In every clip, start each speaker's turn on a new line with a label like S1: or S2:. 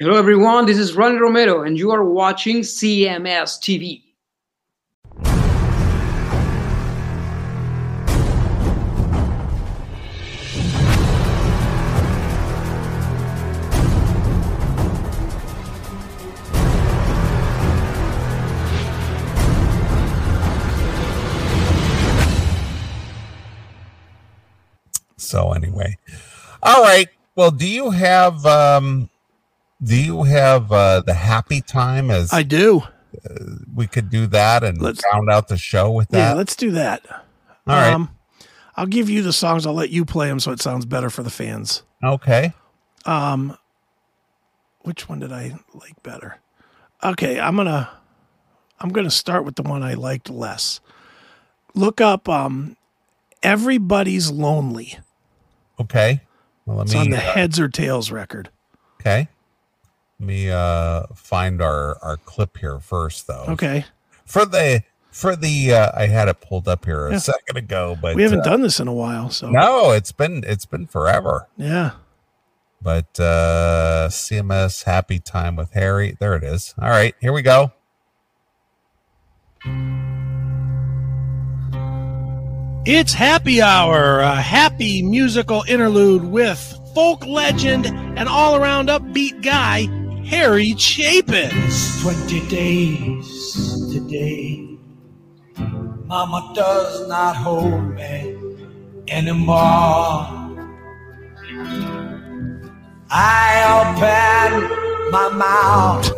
S1: Hello, everyone. This is Ronnie Romero, and you are watching CMS TV.
S2: So anyway, all right. Well, do you have um, do you have uh, the happy time? As
S3: I do.
S2: we could do that and
S3: Let's-
S2: round out the show with
S3: Yeah,
S2: that.
S3: let's um, do that.
S2: all right.
S3: I'll give you the songs. I'll let you play them so it sounds better for the fans.
S2: okay.
S3: Um, which one did I like better? Okay, I'm gonna I'm gonna start with the one I liked less. Look up um, everybody's lonely.
S2: Okay. Well, let
S3: It's
S2: me.
S3: on the
S2: uh,
S3: Heads or Tails record.
S2: Okay. Let me uh find our our clip here first though.
S3: Okay,
S2: For the for the uh I had it pulled up here a
S3: Yeah.
S2: second ago, but
S3: we haven't
S2: uh,
S3: done this in a while, so
S2: No, it's been it's been forever.
S3: yeah.
S2: But uh CMS Happy Time with Harry. There it is. All right, here we go.
S3: It's Happy Hour, a happy musical interlude with folk legend and all around upbeat guy, Harry Chapin.
S4: It's 20 days today. Mama does not hold me anymore. I open my mouth,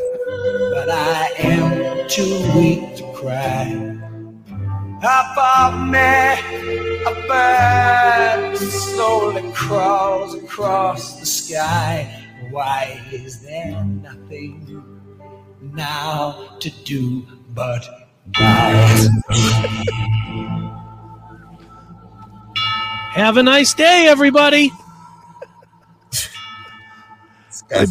S4: but I am too weak to cry. Above me, a bird slowly crawls across the sky. Why is there nothing now to do but bow.
S3: Have a nice day, everybody.
S2: This
S3: That'd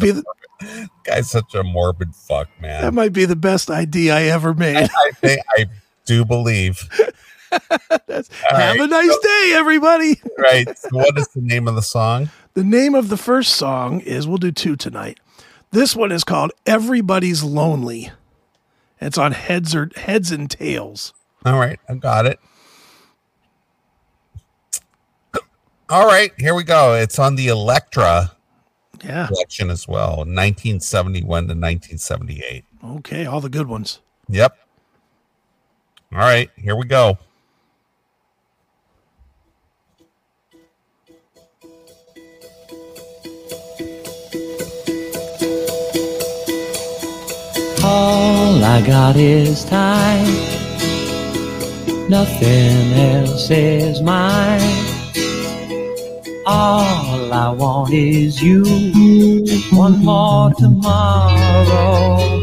S2: guy's,
S3: be the-
S2: guy's such a morbid fuck,
S3: That
S2: man.
S3: might be the best idea I ever made.
S2: I think I do believe. All
S3: Have a
S2: right,
S3: nice day, everybody.
S2: right. So what is the name of the song?
S3: The name of the first song is we'll do two tonight. This one is called Everybody's Lonely. It's on Heads or Heads and Tails.
S2: All right, I got it. All right, here we go. It's on the Electra
S3: Yeah.
S2: collection as well, 1971 to 1978.
S3: Okay, all the good ones.
S2: Yep. All right, here we go.
S4: All I got is time. Nothing else is mine. All I want is you. One more tomorrow.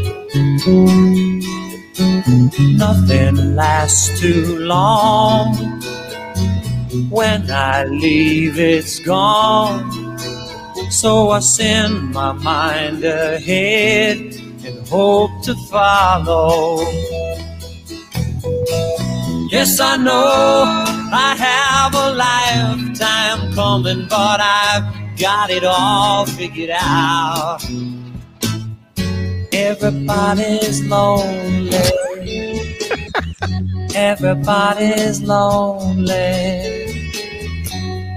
S4: Nothing lasts too long. When I leave, it's gone. So I send my mind ahead and hope to follow. Yes, I know I have a lifetime coming, but I've got it all figured out. Everybody's lonely. Everybody's lonely.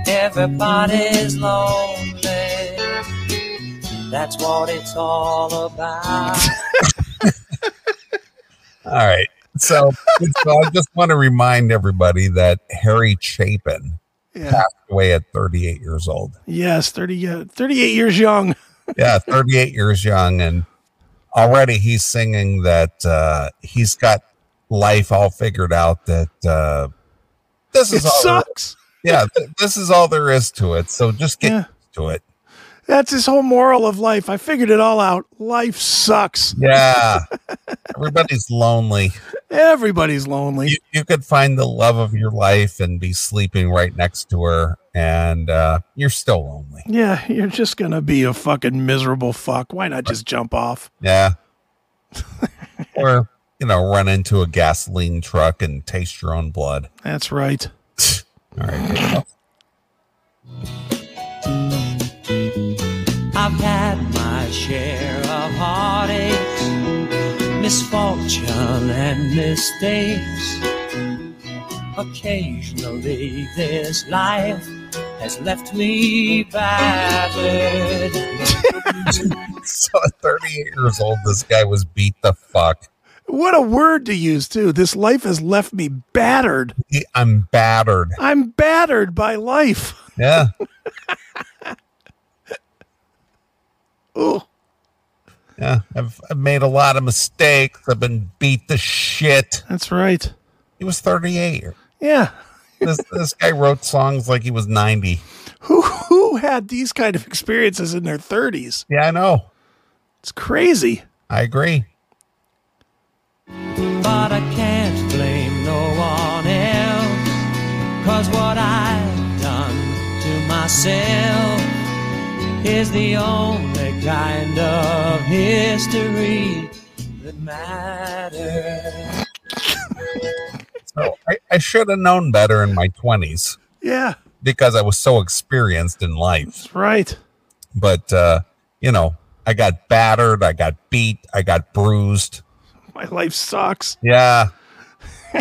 S4: Everybody's lonely. That's what it's all about.
S2: All right. So, so I just want to remind everybody that Harry Chapin
S3: Yeah.
S2: passed away at 38 years old.
S3: Yes, 30, uh, 38 years young.
S2: yeah, 38 years young, and already he's singing that uh, he's got life all figured out. That uh, this
S3: It
S2: is all, there-
S3: sucks.
S2: yeah, th- this is all there is to it. So just get
S3: Yeah.
S2: used to it.
S3: That's his whole moral of life. I figured it all out. Life sucks.
S2: Yeah, everybody's lonely.
S3: Everybody's lonely.
S2: You, you could find the love of your life and be sleeping right next to her, and uh, you're still lonely.
S3: Yeah, you're just going to be a fucking miserable fuck. Why not just jump off?
S2: Yeah, or you know, run into a gasoline truck and taste your own blood.
S3: That's right.
S2: All right. here we go.
S4: I've had my my share of heartaches, misfortune, and mistakes. Occasionally, this life has left me battered.
S2: So at 38 years old, this guy was beat the fuck.
S3: What a word to use, too. This life has left me battered.
S2: He, I'm battered.
S3: I'm battered by life.
S2: Yeah.
S3: Ooh.
S2: Yeah. I've, I've made a lot of mistakes. I've been beat to shit.
S3: That's right.
S2: He was 38.
S3: Yeah.
S2: This, this guy wrote songs like he was 90.
S3: Who who had these kind of experiences in their 30s?
S2: Yeah, I know.
S3: It's crazy.
S2: I agree.
S4: But I can't blame no one else. Cause what I've done to myself is the only kind of history that matters.
S2: So I, I should have known better in my 20s
S3: Yeah.
S2: because I was so experienced in life.
S3: That's right.
S2: But, uh, you know, I got battered. I got beat. I got bruised.
S3: My life sucks.
S2: Yeah.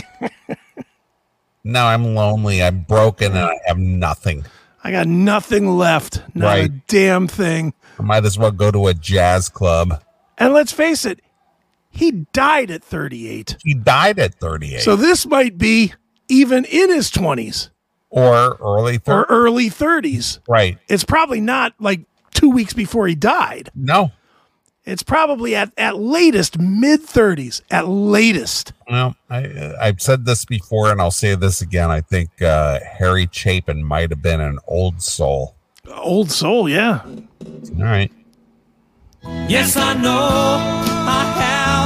S2: now I'm lonely. I'm broken and I have nothing.
S3: I got nothing left. Not a
S2: Right.
S3: damn thing.
S2: I might as well go to a jazz club.
S3: And let's face it, he died at 38.
S2: He died at 38
S3: So this might be even in his 20s
S2: or early 30s.
S3: or early 30s.
S2: right.
S3: It's probably not like 2 weeks before he died.
S2: No.
S3: It's probably at at latest mid 30s, at latest.
S2: No, I, I've said this before and I'll say this again. I think uh, Harry Chapin might have been an old soul.
S3: Old soul, yeah.
S2: All right.
S4: Yes, I know I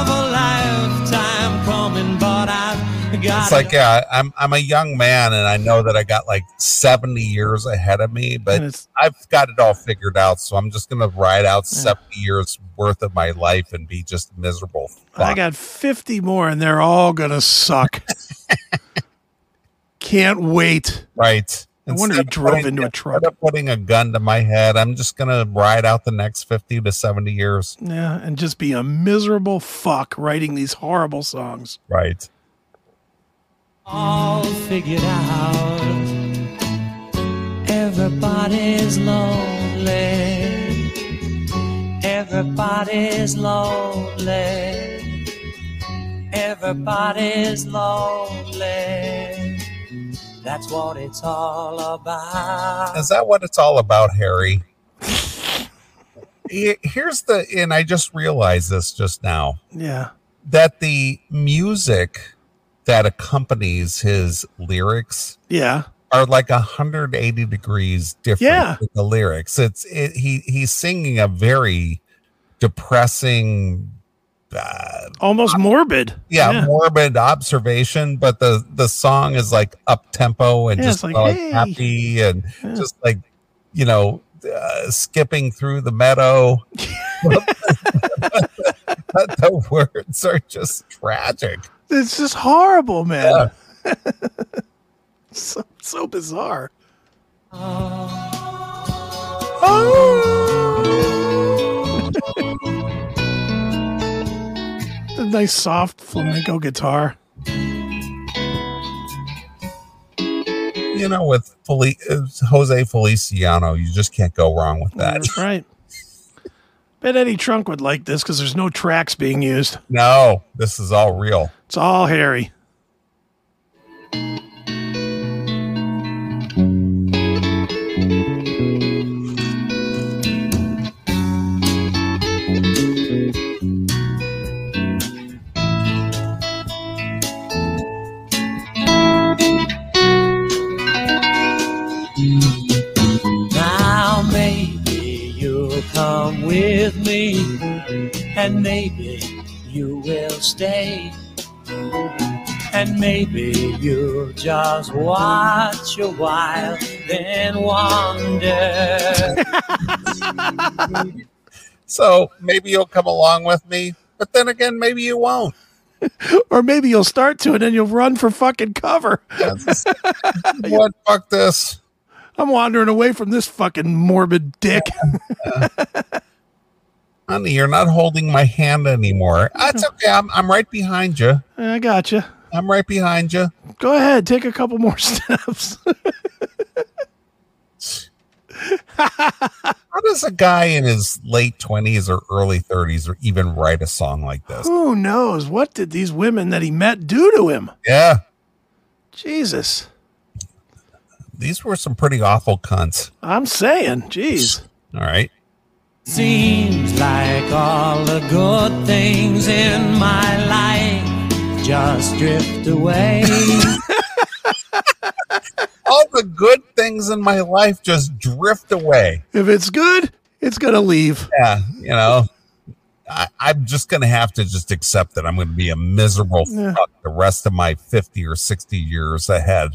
S4: have a lifetime coming, but I've got
S2: It's
S4: it
S2: like, yeah, I'm, I'm a young man and I know that I got like 70 years ahead of me, but
S3: And it's-
S2: I've got it all figured out. So I'm just going to ride out 70 years worth of my life and be just miserable. Fuck.
S3: I got 50 more and they're all going to suck. Can't wait.
S2: Right.
S3: I wonder
S2: Instead
S3: he
S2: of
S3: drove
S2: putting-
S3: into a truck.
S2: Instead of putting a gun to my head, I'm just gonna ride out the next fifty to seventy years.
S3: Yeah, and just be a miserable fuck writing these horrible songs.
S2: Right.
S4: all figured out. Everybody's lonely. Everybody's lonely. Everybody's lonely. That's what it's all about.
S2: Is that what it's all about, Harry? He- Here's the, and I just realized this just now
S3: Yeah.
S2: that the music that accompanies his lyrics
S3: Yeah.
S2: are like 180 degrees different
S3: Yeah.
S2: with the lyrics. It's it, he he's singing a very depressing uh,
S3: Almost morbid.
S2: yeah, morbid observation, but the the song is like up tempo and
S3: Yeah,
S2: just
S3: it's like,
S2: about, like,
S3: hey.
S2: happy and
S3: Yeah.
S2: just like you know uh, skipping through the meadow. but the words are just tragic.
S3: It's just horrible, man. so so bizarre.
S2: Oh.
S3: Oh. The nice soft flamenco guitar.
S2: You know, with Feli- uh, Jose Feliciano, you just can't go wrong with that.
S3: That's right. Bet Eddie Trunk would like this because there's no tracks being used.
S2: No, this is all real.
S3: It's all Harry.
S4: Now maybe you'll come with me, and maybe you will stay, and maybe you'll just watch a while, then wander.
S2: So maybe you'll come along with me, but then again, maybe you won't.
S3: Or maybe you'll start to and then you'll run for fucking cover.
S2: That's- what? Fuck this.
S3: I'm wandering away from this fucking morbid dick.
S2: honey, you're not holding my hand anymore. That's okay. I'm, I'm right behind you.
S3: I got you.
S2: I'm right behind you.
S3: Go ahead, take a couple more steps.
S2: How does a guy in his late 20s or early 30s or even write a song like this?
S3: Who knows? What did these women that he met do to him?
S2: Yeah,
S3: Jesus.
S2: these were some pretty awful cunts.
S3: I'm saying, jeez.
S2: All right.
S4: Seems like all the good things in my life just drift away.
S2: All the good things in my life just drift away.
S3: If it's good, it's going to leave.
S2: Yeah, you know, I, I'm just going to have to just accept that I'm going to be a miserable
S3: Yeah.
S2: fuck the rest of my 50 or 60 years ahead.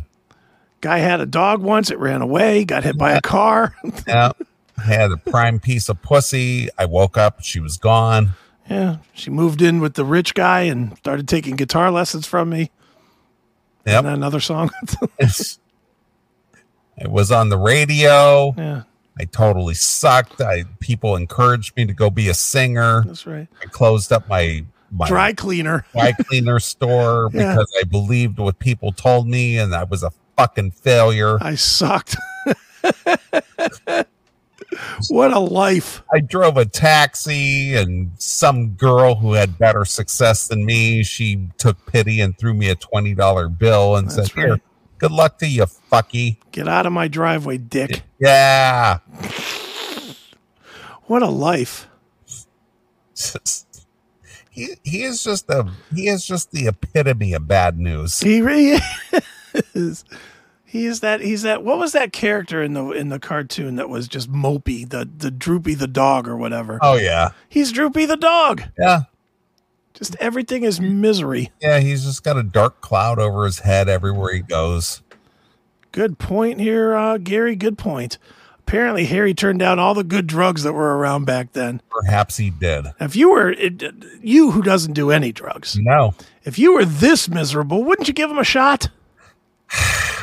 S3: Guy had a dog once, it ran away, got hit by a car.
S2: Yeah. I had a prime piece of pussy. I woke up, she was gone.
S3: yeah, she moved in with the rich guy and started taking guitar lessons from me. And
S2: Yep.
S3: another song.
S2: it was on the radio.
S3: yeah,
S2: I totally sucked. I people encouraged me to go be a singer.
S3: that's right.
S2: I closed up my my
S3: Dry cleaner.
S2: dry cleaner store
S3: Yeah.
S2: because I believed what people told me and I was a fucking failure.
S3: I sucked. what a life.
S2: I drove a taxi and some girl who had better success than me, she took pity and threw me a $20 bill and
S3: That's
S2: said, "Here,
S3: right.
S2: good luck to you, fucky.
S3: Get out of my driveway, dick.
S2: Yeah.
S3: What a life.
S2: He, he is just a he is just the epitome of bad news.
S3: He really is. He is that. He's that. What was that character in the in the cartoon that was just mopey, the the droopy the dog or whatever?
S2: Oh yeah.
S3: He's droopy the dog.
S2: Yeah.
S3: Just everything is misery.
S2: Yeah, he's just got a dark cloud over his head everywhere he goes.
S3: Good point here, uh, Gary. Good point. Apparently, Harry turned down all the good drugs that were around back then.
S2: Perhaps he did.
S3: If you were it, you who doesn't do any drugs,
S2: No.
S3: if you were this miserable, wouldn't you give him a shot?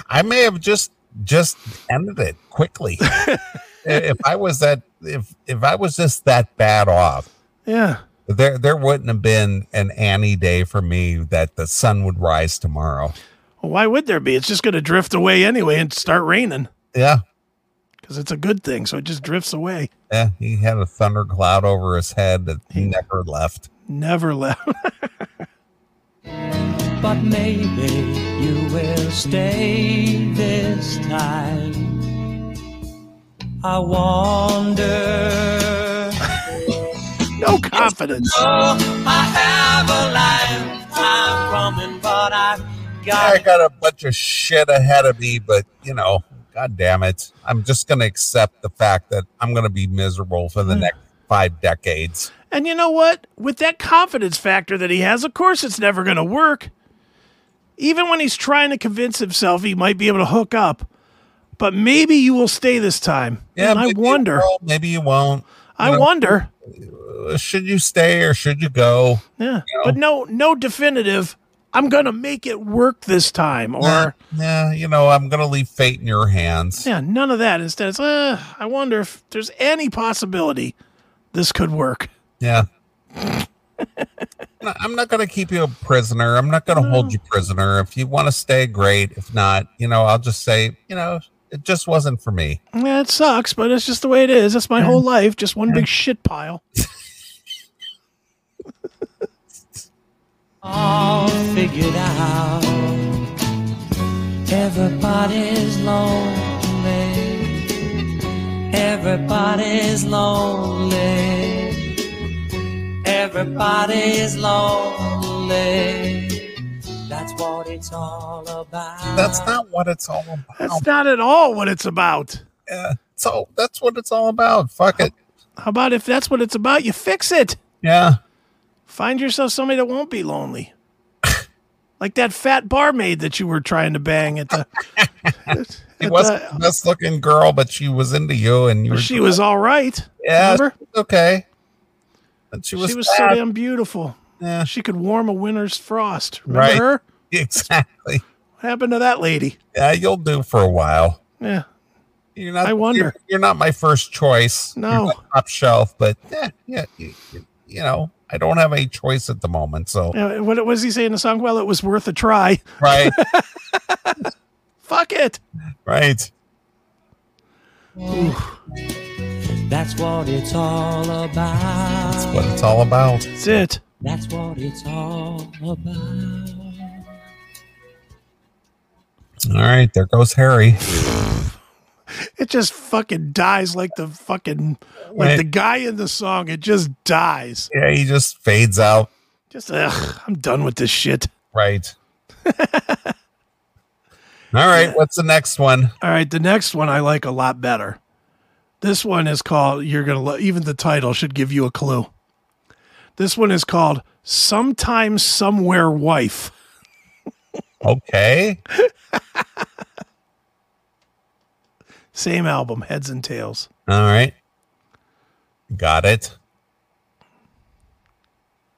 S2: I may have just just ended it quickly. I- if I was that if if I was just that bad off,
S3: Yeah.
S2: there there wouldn't have been an Annie day for me that the sun would rise tomorrow.
S3: Well, why would there be? It's just going to drift away anyway and start raining
S2: Yeah.
S3: because it's a good thing. So it just drifts away.
S2: Yeah, he had a thundercloud over his head that never left.
S3: Never left.
S4: but maybe you will stay this time. I wonder.
S3: No confidence.
S4: Oh, I have a lifetime coming, but I've got
S2: I got a bunch of shit ahead of me, but you know, god damn it. I'm just gonna accept the fact that I'm gonna be miserable for
S3: Hmm.
S2: the next five decades.
S3: And you know what? With that confidence factor that he has, of course it's never going to work. Even when he's trying to convince himself he might be able to hook up, but maybe you will stay this time. and I
S2: maybe you
S3: wonder.
S2: will, maybe you won't.
S3: I
S2: know.
S3: wonder.
S2: should you stay or should you go?
S3: Yeah. But no no definitive I'm going to make it work this time or
S2: yeah, you know, I'm gonna leave fate in your hands.
S3: yeah, none of that. Instead it's uh, I wonder if there's any possibility this could work.
S2: Yeah. No, I'm not going to keep you a prisoner. I'm not going to hold you prisoner. If you want to stay, great. If not, you know, I'll just say, you know, it just wasn't for me.
S3: Yeah, it sucks, but it's just the way it is. That's my whole life, just one big shit pile.
S4: all figured out. Everybody's lonely. Everybody's lonely. Everybody's lonely. That's what it's all about.
S2: That's not what it's all about.
S3: That's not at all what it's about.
S2: Yeah. So that's what it's all about. Fuck it.
S3: How about if that's what it's about, you fix it.
S2: Yeah.
S3: Find yourself somebody that won't be lonely. like that fat barmaid that you were trying to bang at the.
S2: She
S3: at
S2: wasn't
S3: the-
S2: the best looking girl, but she was into you and you were
S3: uh, she was all right.
S2: yeah,
S3: remember?
S2: she was okay. But she was,
S3: she was
S2: fat.
S3: so damn beautiful.
S2: Yeah.
S3: She could warm a winter's frost. Remember
S2: Right.
S3: her?
S2: exactly.
S3: What happened to that lady?
S2: Yeah, you'll do for a while.
S3: Yeah.
S2: You're not.
S3: I wonder.
S2: You're, you're not my first choice. You're
S3: No.
S2: not top shelf, but eh, yeah, you, you- you know, I don't have any choice at the moment. So
S3: Uh, What was he saying in the song? Well, it was worth a try.
S2: right,
S3: Fuck it.
S2: right.
S4: That's what it's all about.
S2: That's what it's all about.
S3: That's it.
S4: That's what it's all about.
S2: All right, there goes Harry.
S3: It just fucking dies like the fucking like
S2: Right.
S3: the guy in the song. It just dies.
S2: Yeah, he just fades out.
S3: Just ugh, I'm done with this shit.
S2: Right. All right, what's the next one?
S3: All right, the next one I like a lot better. This one is called You're Gonna Lo- Even the title should give you a clue. This one is called Sometime Somewhere Wife.
S2: Okay.
S3: Same album, Heads and Tails.
S2: All right. Got it.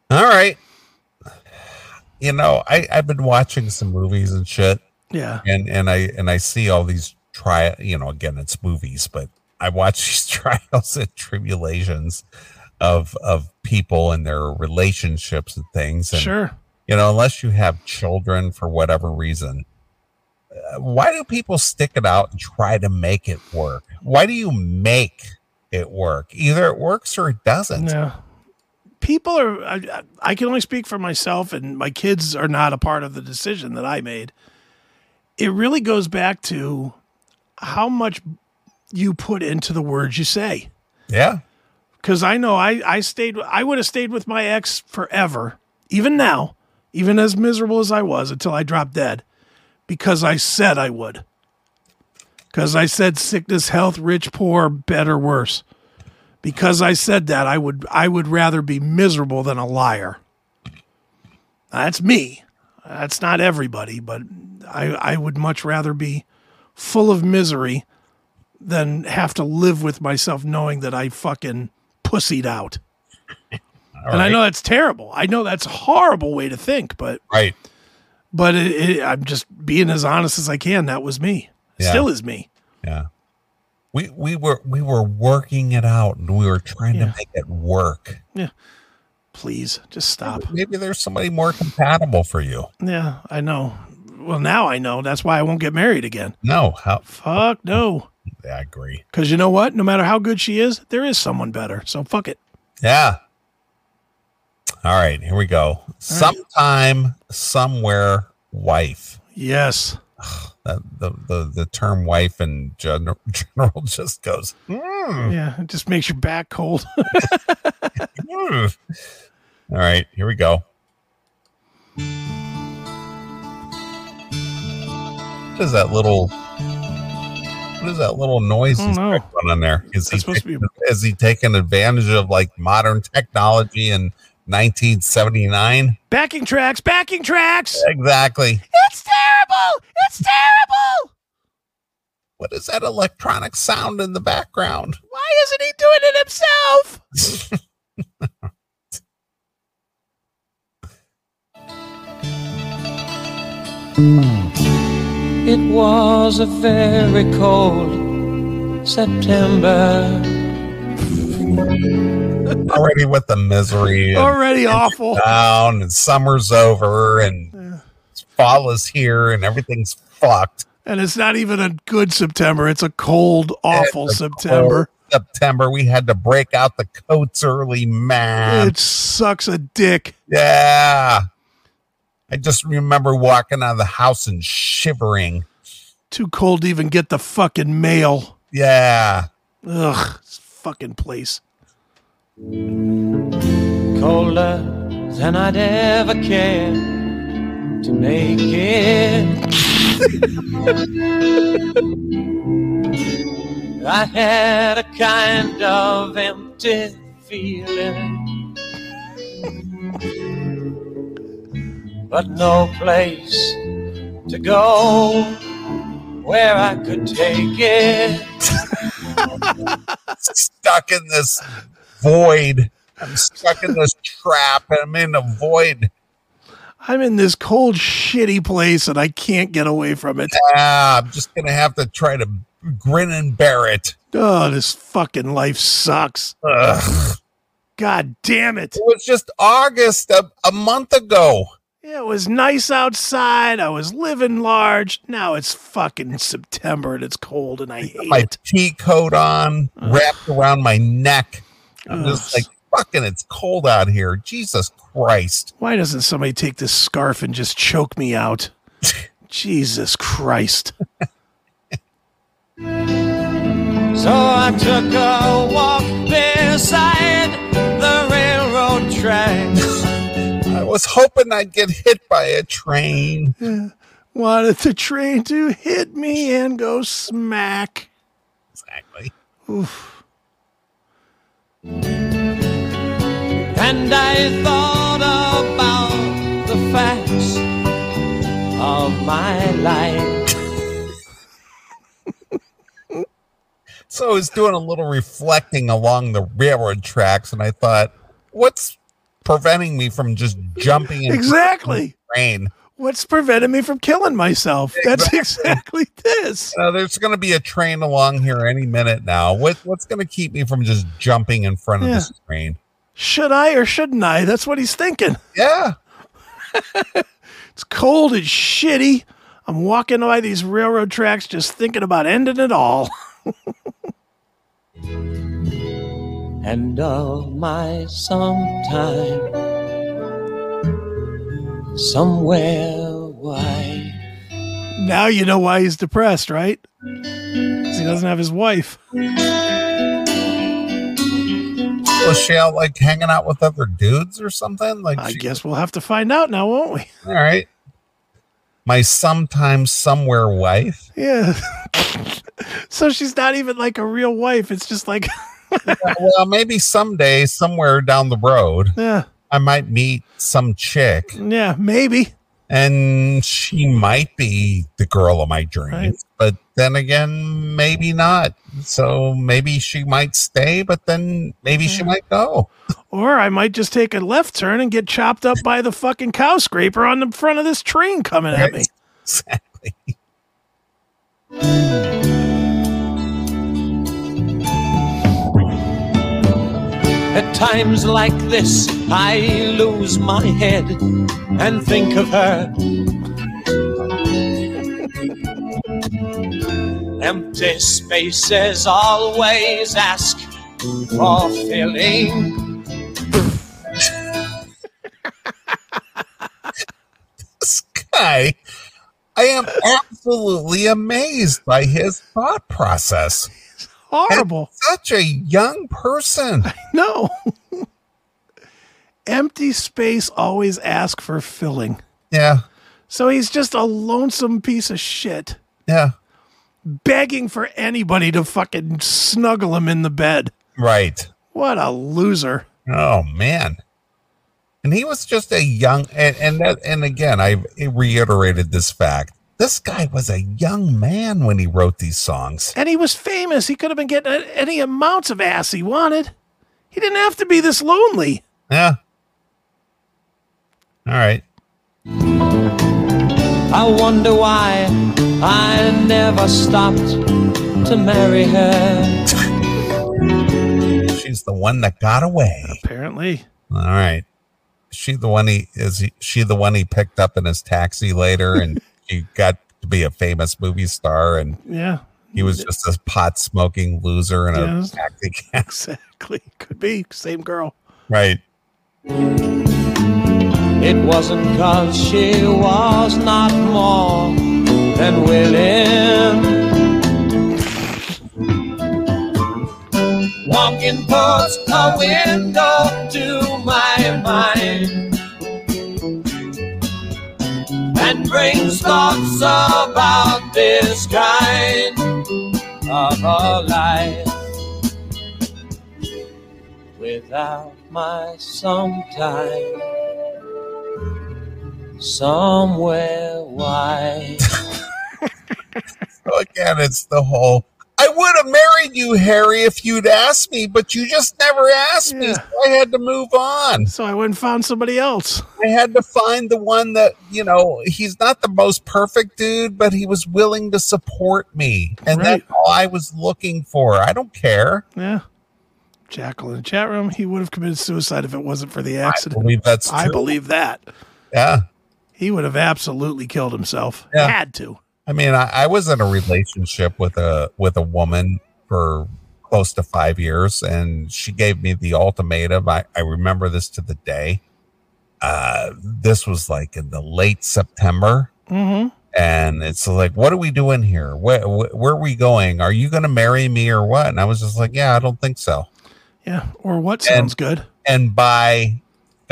S2: All right. You know, I, I've been watching some movies and shit
S3: Yeah.
S2: and, and I and I see all these trial you know, again it's movies, but I watch these trials and tribulations of of people and their relationships and things. And
S3: Sure.
S2: you know, unless you have children for whatever reason. Uh, why do people stick it out and try to make it work? Why do you make it work? Either it works or it doesn't.
S3: No. People are, I, I can only speak for myself, and my kids are not a part of the decision that I made. It really goes back to how much you put into the words you say.
S2: Yeah.
S3: Because I know I, I stayed, I would have stayed with my ex forever, even now, even as miserable as I was until I dropped dead, because I said I would. Because I said sickness, health, rich, poor, better, worse. Because I said that, I would, I would rather be miserable than a liar. That's me. That's not everybody, but I, I would much rather be full of misery than have to live with myself knowing that I fucking pussied out.
S2: All
S3: and I
S2: right.
S3: know that's terrible. I know that's a horrible way to think, but
S2: Right.
S3: but it, it, I'm just being as honest as I can. That was me.
S2: Yeah.
S3: Still is me.
S2: Yeah. We we were we were working it out and we were trying
S3: Yeah.
S2: to make it work.
S3: Please just stop.
S2: Maybe there's somebody more compatible for you.
S3: Yeah, I know. Well, now I know. That's why I won't get married again.
S2: No, how
S3: Fuck no.
S2: I agree.
S3: Because you know what? No matter how good she is, there is someone better. So fuck it.
S2: Yeah. All right, here we go. Sometime, somewhere, wife.
S3: Yes.
S2: that the, the the term wife in general, general just goes "Mm,
S3: Yeah. It just makes your back cold.
S2: mm." all right here we go what is that little what is that little noise
S3: I
S2: he's
S3: don't know.
S2: got on there is he,
S3: Oh, That's supposed to
S2: taking, is he taking advantage of like modern technology in 1979
S3: backing tracks, backing tracks.
S2: exactly
S3: It's terrible. It's terrible.
S2: what is that electronic sound in the background
S3: Why isn't he doing it himself?
S4: It was a very cold September.
S2: already with the misery and-
S3: Already awful.
S2: down and summer's over and
S3: Yeah.
S2: fall is here and everything's fucked.
S3: And it's not even a good September. It's a cold, awful
S2: It's a
S3: September.
S2: cold September. We had to break out the coats early, man.
S3: It sucks a dick.
S2: yeah. I just remember walking out of the house and shivering.
S3: Too cold to even get the fucking mail.
S2: Yeah.
S3: Ugh, this fucking place.
S4: colder than I'd ever cared to make it. I had a kind of empty feeling, but no place to go where I could take it.
S2: Stuck in this void. I'm stuck in this trap and I'm in a void.
S3: I'm in this cold, shitty place and I can't get away from it.
S2: Yeah, I'm just going to have to try to grin and bear it.
S3: Oh, this fucking life sucks.
S2: Ugh.
S3: God damn it.
S2: It was just August a, a month ago.
S3: It was nice outside. I was living large. Now it's fucking September and it's cold and I hate
S2: My
S3: it.
S2: tea coat on, wrapped around my neck. I'm
S3: Ugh.
S2: just like, fucking, it's cold out here. Jesus Christ.
S3: Why doesn't somebody take this scarf and just choke me out? Jesus Christ.
S4: So I took a walk beside the railroad tracks.
S2: I was hoping I'd get hit by a train.
S3: Mm. Wanted the train to hit me and go smack.
S2: Exactly.
S3: Oof.
S4: And I thought about the facts of my life.
S2: So I was doing a little reflecting along the railroad tracks, and I thought, what's preventing me from just jumping into the
S3: Exactly.
S2: train?
S3: What's preventing me from killing myself? That's exactly this.
S2: You know, Uh, there's going to be a train along here any minute now. What, what's going to keep me from just jumping in front of
S3: Yeah.
S2: this train?
S3: Should I or shouldn't I? That's what he's thinking.
S2: Yeah.
S3: It's cold and shitty. I'm walking by these railroad tracks just thinking about ending it all.
S4: And of my sometime, somewhere wide.
S3: Now you know why he's depressed, right? 'Cause he doesn't have his wife.
S2: Was Shale like hanging out with other dudes or something? Like,
S3: I
S2: she-
S3: guess we'll have to find out now, won't we?
S2: all right. My sometime somewhere wife.
S3: Yeah. so she's not even like a real wife. It's just like,
S2: well, maybe someday, somewhere down the road,
S3: yeah,
S2: I might meet some chick
S3: yeah, maybe.
S2: and she might be the girl of my dreams,
S3: Right.
S2: but then again, maybe not. So maybe she might stay, but then maybe she might go.
S3: Or I might just take a left turn and get chopped up by the fucking cow scraper on the front of this train coming at me.
S2: Exactly.
S4: At times like this, I lose my head and think of her. Empty spaces always ask for filling.
S2: This guy, I am absolutely amazed by his thought process.
S3: Horrible.
S2: Such a young person.
S3: No. Empty space always ask for filling.
S2: Yeah.
S3: So he's just a lonesome piece of shit,
S2: Yeah.
S3: begging for anybody to fucking snuggle him in the bed.
S2: Right.
S3: What a loser.
S2: Oh man. And he was just a young and and that, and again I reiterated this fact. This guy was a young man when he wrote these songs.
S3: And he was famous. He could have been getting a- any amounts of ass he wanted. He didn't have to be this lonely.
S2: Yeah. All right.
S4: I wonder why I never stopped to marry her.
S2: She's the one that got away.
S3: Apparently.
S2: All right. She the one he is he- she the one he picked up in his taxi later and she got to be a famous movie star and
S3: Yeah,
S2: he was just a pot smoking loser in a
S3: Yes.
S2: taxi cab.
S3: exactly. Could be. Same girl.
S2: Right.
S4: It wasn't cause she was not more than willing. Walking towards a window to my mind and brings thoughts about this kind of a life without my sometime somewhere wide.
S2: So again, it's the whole I would have married you, Harry, if you'd asked me, but you just never asked me.
S3: Yeah.
S2: So I had to move on.
S3: So I went and found somebody else.
S2: I had to find the one that, you know, he's not the most perfect dude, but he was willing to support me. And
S3: Right.
S2: that's all I was looking for. I don't care.
S3: Yeah. Jackal in the chat room. He would have committed suicide if it wasn't for the
S2: I
S3: accident.
S2: believe that's true.
S3: I believe that.
S2: yeah.
S3: He would have absolutely killed himself.
S2: Yeah.
S3: Had to.
S2: I mean, I, I was in a relationship with a with a woman for close to five years, and she gave me the ultimatum. I, I remember this to the day. Uh, this was like in the late September,
S3: hmm
S2: and it's like, what are we doing here? Where, wh- where are we going? Are you going to marry me or what? And I was just like, yeah, I don't think so.
S3: Yeah. Or what sounds good.
S2: And by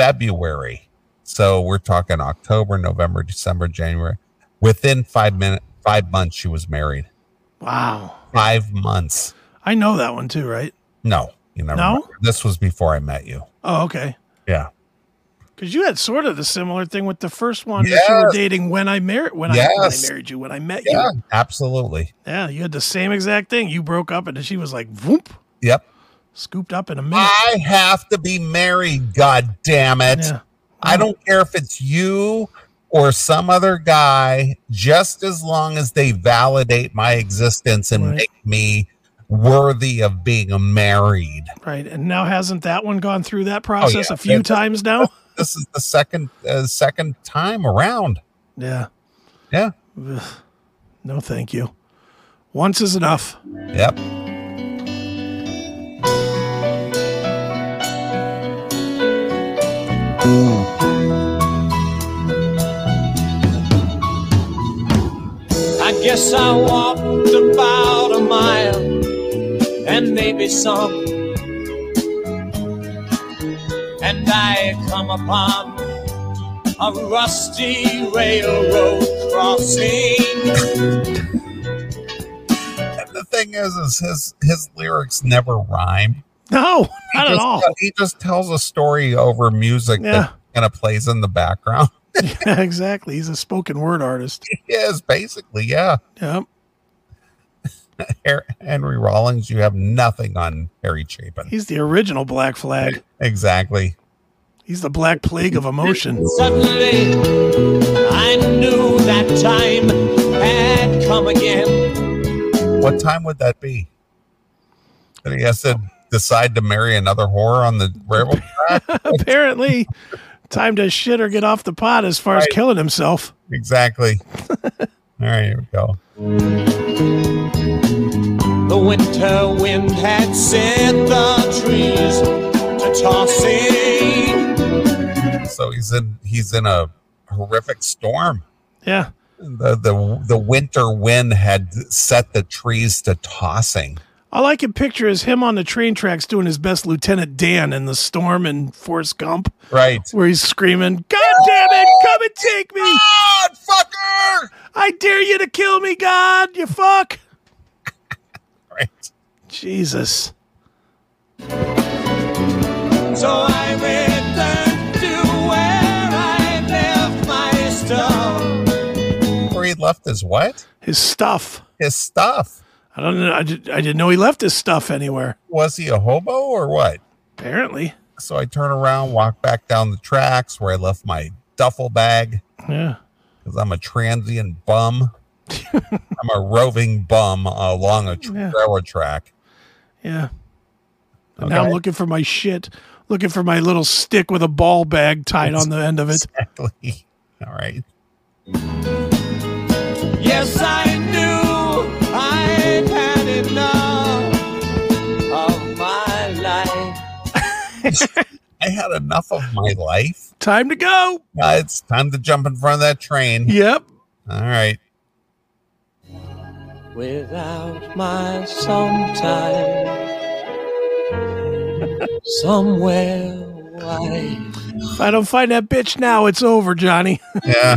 S2: February, so we're talking October, November, December, January. Within five minute, five months, she was married.
S3: Wow.
S2: five months.
S3: I know that one too, right?
S2: No, you never.
S3: No?
S2: met her. This was before I met you.
S3: Oh, okay.
S2: Yeah.
S3: Because you had sort of the similar thing with the first one that you were
S2: Yes.
S3: dating when I married when, I, when
S2: Yes.
S3: I married you when I met
S2: Yeah.
S3: you.
S2: Absolutely.
S3: Yeah, you had the same exact thing. You broke up and then she was like, "Whoop!"
S2: Yep.
S3: Scooped up in a minute.
S2: I have to be married. God damn it.
S3: Yeah.
S2: I don't care if it's you or some other guy, just as long as they validate my existence and
S3: Right.
S2: make me worthy of being married.
S3: Right. And now hasn't that one gone through that process
S2: Oh, yeah.
S3: a few
S2: That-
S3: times now?
S2: This is the second uh, second time around.
S3: Yeah.
S2: Yeah.
S3: Ugh. No, thank you. Once is enough.
S2: Yep.
S4: I guess I walked about a mile and maybe some. And I come upon a rusty railroad crossing.
S2: And the thing is, is his his lyrics never rhyme.
S3: No,
S2: He
S3: not at
S2: just-
S3: all.
S2: He just tells a story over music
S3: Yeah.
S2: that kind of plays in the background.
S3: Yeah, exactly. He's a spoken word artist.
S2: yes, basically, yeah.
S3: Yep.
S2: Her- Henry Rollins, you have nothing on Harry Chapin.
S3: He's the original Black Flag.
S2: Exactly.
S3: He's the Black Plague of emotion.
S4: Suddenly, I knew that time had come again.
S2: What time would that be? That he has to decide to marry another whore on the railroad track.
S3: Apparently, time to shit or get off the pot as far as
S2: Right.
S3: killing himself.
S2: exactly. All right, here we go.
S4: The winter wind had set the trees to tossing.
S2: So he's in he's in a horrific storm.
S3: Yeah.
S2: The the the winter wind had set the trees to tossing.
S3: All I can picture is him on the train tracks doing his best Lieutenant Dan in the storm in Forrest Gump,
S2: Right.
S3: where he's screaming, God damn it, come and take me!
S2: God, fucker!
S3: I dare you to kill me, God, you fuck!
S2: Right.
S3: Jesus.
S4: So I returned to where I left my stuff.
S2: Where he left his what?
S3: His stuff.
S2: His stuff.
S3: I don't know. I, did, I didn't know he left his stuff anywhere.
S2: Was he a hobo or what?
S3: Apparently.
S2: So I turn around, walk back down the tracks where I left my duffel bag
S3: Yeah.
S2: because I'm a transient bum. I'm a roving bum along a tr-
S3: Yeah.
S2: railroad track.
S3: Yeah. And Now I'm looking for my shit, looking for my little stick with a ball bag tied on the end of it.
S2: Exactly. All right.
S4: Yes, I knew I'd had enough of my life.
S2: I had enough of my life.
S3: Time to go.
S2: Uh, it's time to jump in front of that train.
S3: Yep.
S2: All right.
S4: Without my sometime, somewhere wide.
S3: If I don't find that bitch now, it's over, Johnny.
S2: Yeah.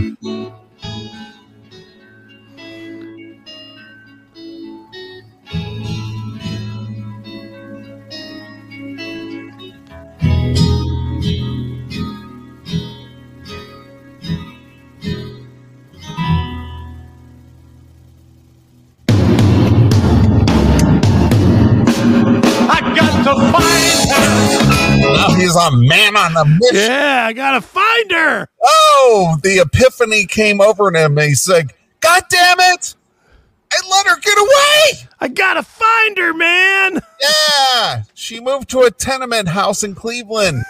S2: a man on a mission.
S3: Yeah, I gotta find her.
S2: Oh, the epiphany came over him. And he's like, God damn it. I let her get away.
S3: I gotta find her, man.
S2: Yeah. She moved to a tenement house in Cleveland.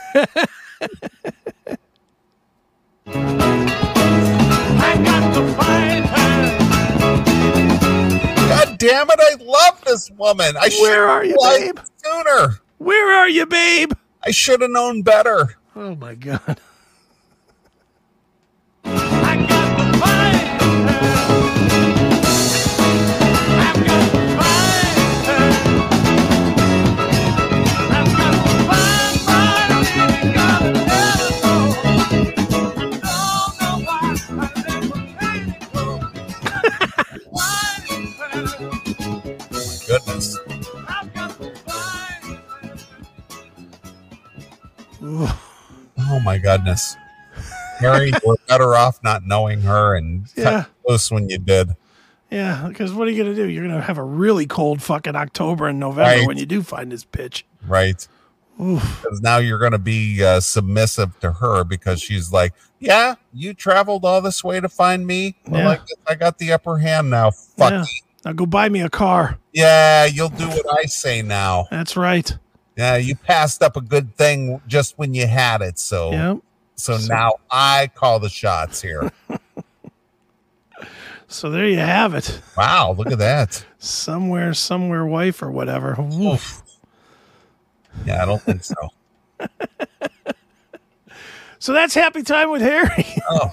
S2: God damn it. I love this woman. I
S3: Where
S2: should
S3: are you,
S2: have
S3: babe?
S2: sooner.
S3: Where are you, babe?
S2: I should have known better.
S3: Oh my god.
S2: Goodness.
S3: Ooh.
S2: Oh my goodness. Harry, you we're better off not knowing her and cut
S3: Yeah.
S2: close when you did.
S3: Yeah, because what are you gonna do? You're gonna have a really cold fucking October and November
S2: Right.
S3: when you do find this bitch.
S2: Right.
S3: Oof.
S2: Because now you're going to be uh, submissive to her because she's like, Yeah, you traveled all this way to find me. Well, I,
S3: Yeah.
S2: guess I got the upper hand now. Fuck.
S3: Yeah.
S2: Yeah.
S3: Now go buy me a car.
S2: you'll do what I say now.
S3: That's right.
S2: Yeah, you passed up a good thing just when you had it. So,
S3: Yeah.
S2: so now I call the shots here.
S3: So there you have it.
S2: wow, look at that.
S3: Somewhere, somewhere, wife or whatever. Oof.
S2: Yeah, I don't think so.
S3: So that's happy time with Harry.
S2: Oh,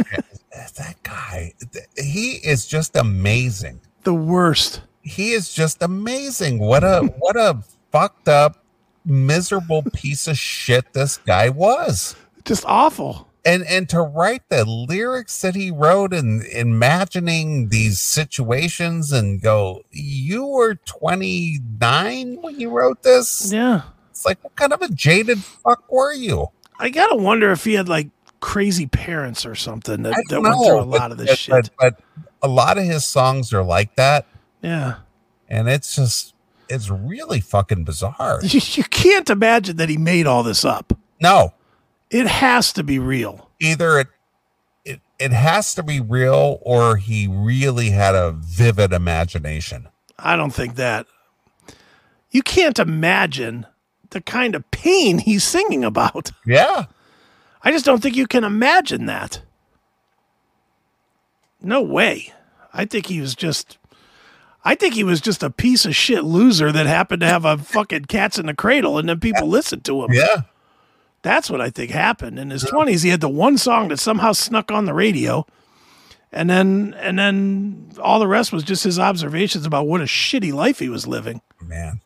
S2: that guy, th- he is just amazing.
S3: the worst.
S2: he is just amazing. What a what a fucked up, miserable piece of shit this guy was.
S3: Just awful.
S2: And and to write the lyrics that he wrote and imagining these situations and go, you were 29 when you wrote this.
S3: Yeah.
S2: It's like what kind of a jaded fuck were you?
S3: I gotta wonder if he had like crazy parents or something that,
S2: I
S3: that
S2: don't
S3: went through a
S2: know.
S3: lot
S2: but-
S3: of this
S2: but-
S3: shit.
S2: But, but a lot of his songs are like that,
S3: yeah.
S2: and it's just it's really fucking bizarre.
S3: You, you can't imagine that he made all this up.
S2: No,
S3: It has to be real.
S2: either it, it it has to be real or he really had a vivid imagination.
S3: I don't think that. You can't imagine the kind of pain he's singing about.
S2: Yeah.
S3: I just don't think you can imagine that. No way. I think he was just I think he was just a piece of shit loser that happened to have a fucking cats in the cradle and then people listened to him.
S2: Yeah.
S3: That's what I think happened. In his twenties, he had the one song that somehow snuck on the radio, and then and then all the rest was just his observations about what a shitty life he was living.
S2: Man.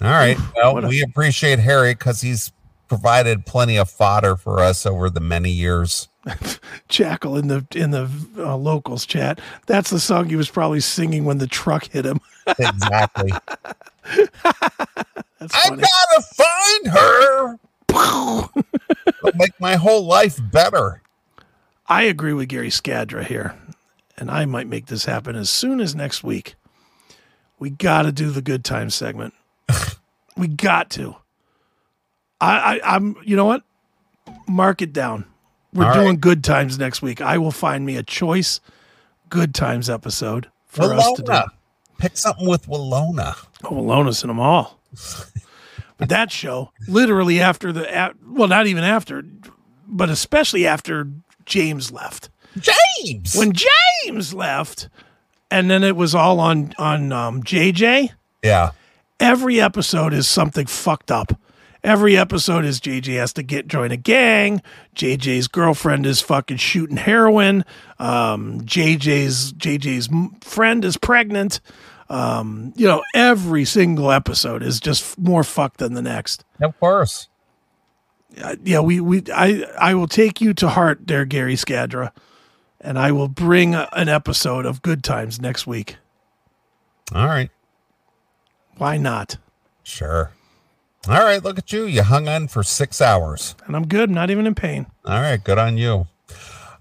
S2: All right. Well,
S3: what a-
S2: we appreciate Harry because he's provided plenty of fodder for us over the many years.
S3: Jackal in the in the uh, locals chat. That's the song he was probably singing when the truck hit him.
S2: Exactly.
S3: That's
S2: I
S3: funny.
S2: gotta find her. It'll make my whole life better.
S3: I agree with Gary Scadra here, and I might make this happen as soon as next week. We got to do the good time segment. we got to. I, I, I'm. You know what? Mark it down. We're
S2: All right.
S3: doing good times next week. I will find me a choice good times episode for us to do.
S2: Walona. Pick something with Walona.
S3: Oh, Malonis and them all. but that show, literally after the, at, well, not even after, but especially after James left.
S2: James.
S3: when James left, and then it was all on on um, JJ.
S2: yeah.
S3: Every episode is something fucked up. Every episode is JJ has to get join a gang. JJ's girlfriend is fucking shooting heroin. Um, JJ's JJ's m- friend is pregnant. Um, you know, every single episode is just f- more fucked than the next.
S2: Of course.
S3: Uh, yeah, we we I I will take you to heart, there, Gary Scadra, and I will bring a, an episode of Good Times next week.
S2: All right.
S3: Why not?
S2: Sure. All right, look at you. You hung on for six hours.
S3: And I'm good. I'm not even in pain.
S2: All right, good on you.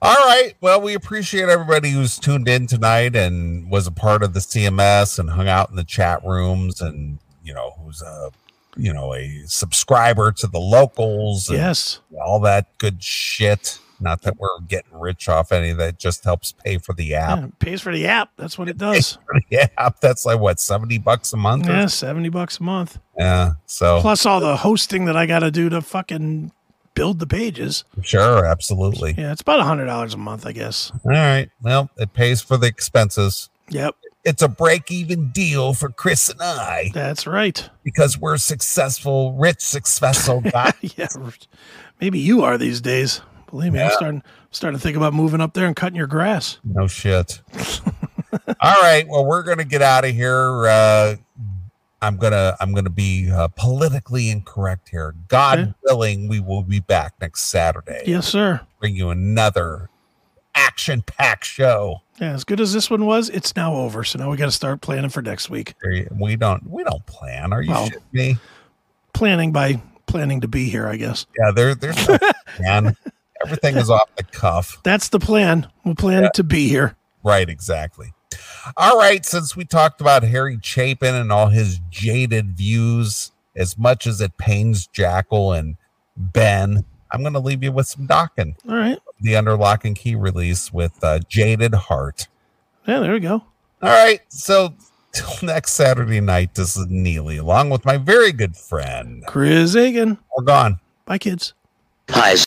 S2: All right. Well, we appreciate everybody who's tuned in tonight and was a part of the CMS and hung out in the chat rooms and, you know, who's a you know, a subscriber to the locals and
S3: Yes.
S2: all that good shit. Not that we're getting rich off any of that, just helps pay for the app.
S3: Yeah, it pays for the app. That's what it does.
S2: Yeah, that's like what, 70 bucks a month? or-
S3: Yeah, 70 bucks a month.
S2: yeah so
S3: Plus all the hosting that I got to do to fucking build the pages.
S2: sure, absolutely.
S3: Yeah, it's about $100 a month, I guess.
S2: All right. Well, it pays for the expenses.
S3: Yep,
S2: It's a break even deal for Chris and I
S3: that's right.
S2: because we're successful, rich, successful guys.
S3: Yeah. Maybe you are these days. Believe me, I'm
S2: Yeah.
S3: starting starting to think about moving up there and cutting your grass.
S2: No shit. All right. Well, we're gonna get out of here. Uh, I'm gonna I'm gonna be uh, politically incorrect here. God
S3: Okay.
S2: willing, we will be back next Saturday.
S3: Yes, sir.
S2: Bring you another action-packed show.
S3: Yeah, as good as this one was, it's now over. So now we got to start planning for next week.
S2: We don't we don't plan. Are you
S3: Well.
S2: shitting me?
S3: Planning by planning to be here, I guess.
S2: Yeah, there there's no plan. Everything is off the cuff.
S3: That's the plan. We'll plan to be here.
S2: Right, exactly. All right, since we talked about Harry Chapin and all his jaded views, as much as it pains Jackal and Ben, I'm going to leave you with some docking.
S3: All right.
S2: The under lock and key release with uh, Jaded Heart.
S3: Yeah, there we go.
S2: All right, so till next Saturday night, this is Neely, along with my very good friend.
S3: Chris Hagan.
S2: We're gone.
S3: Bye, kids.
S5: Hi.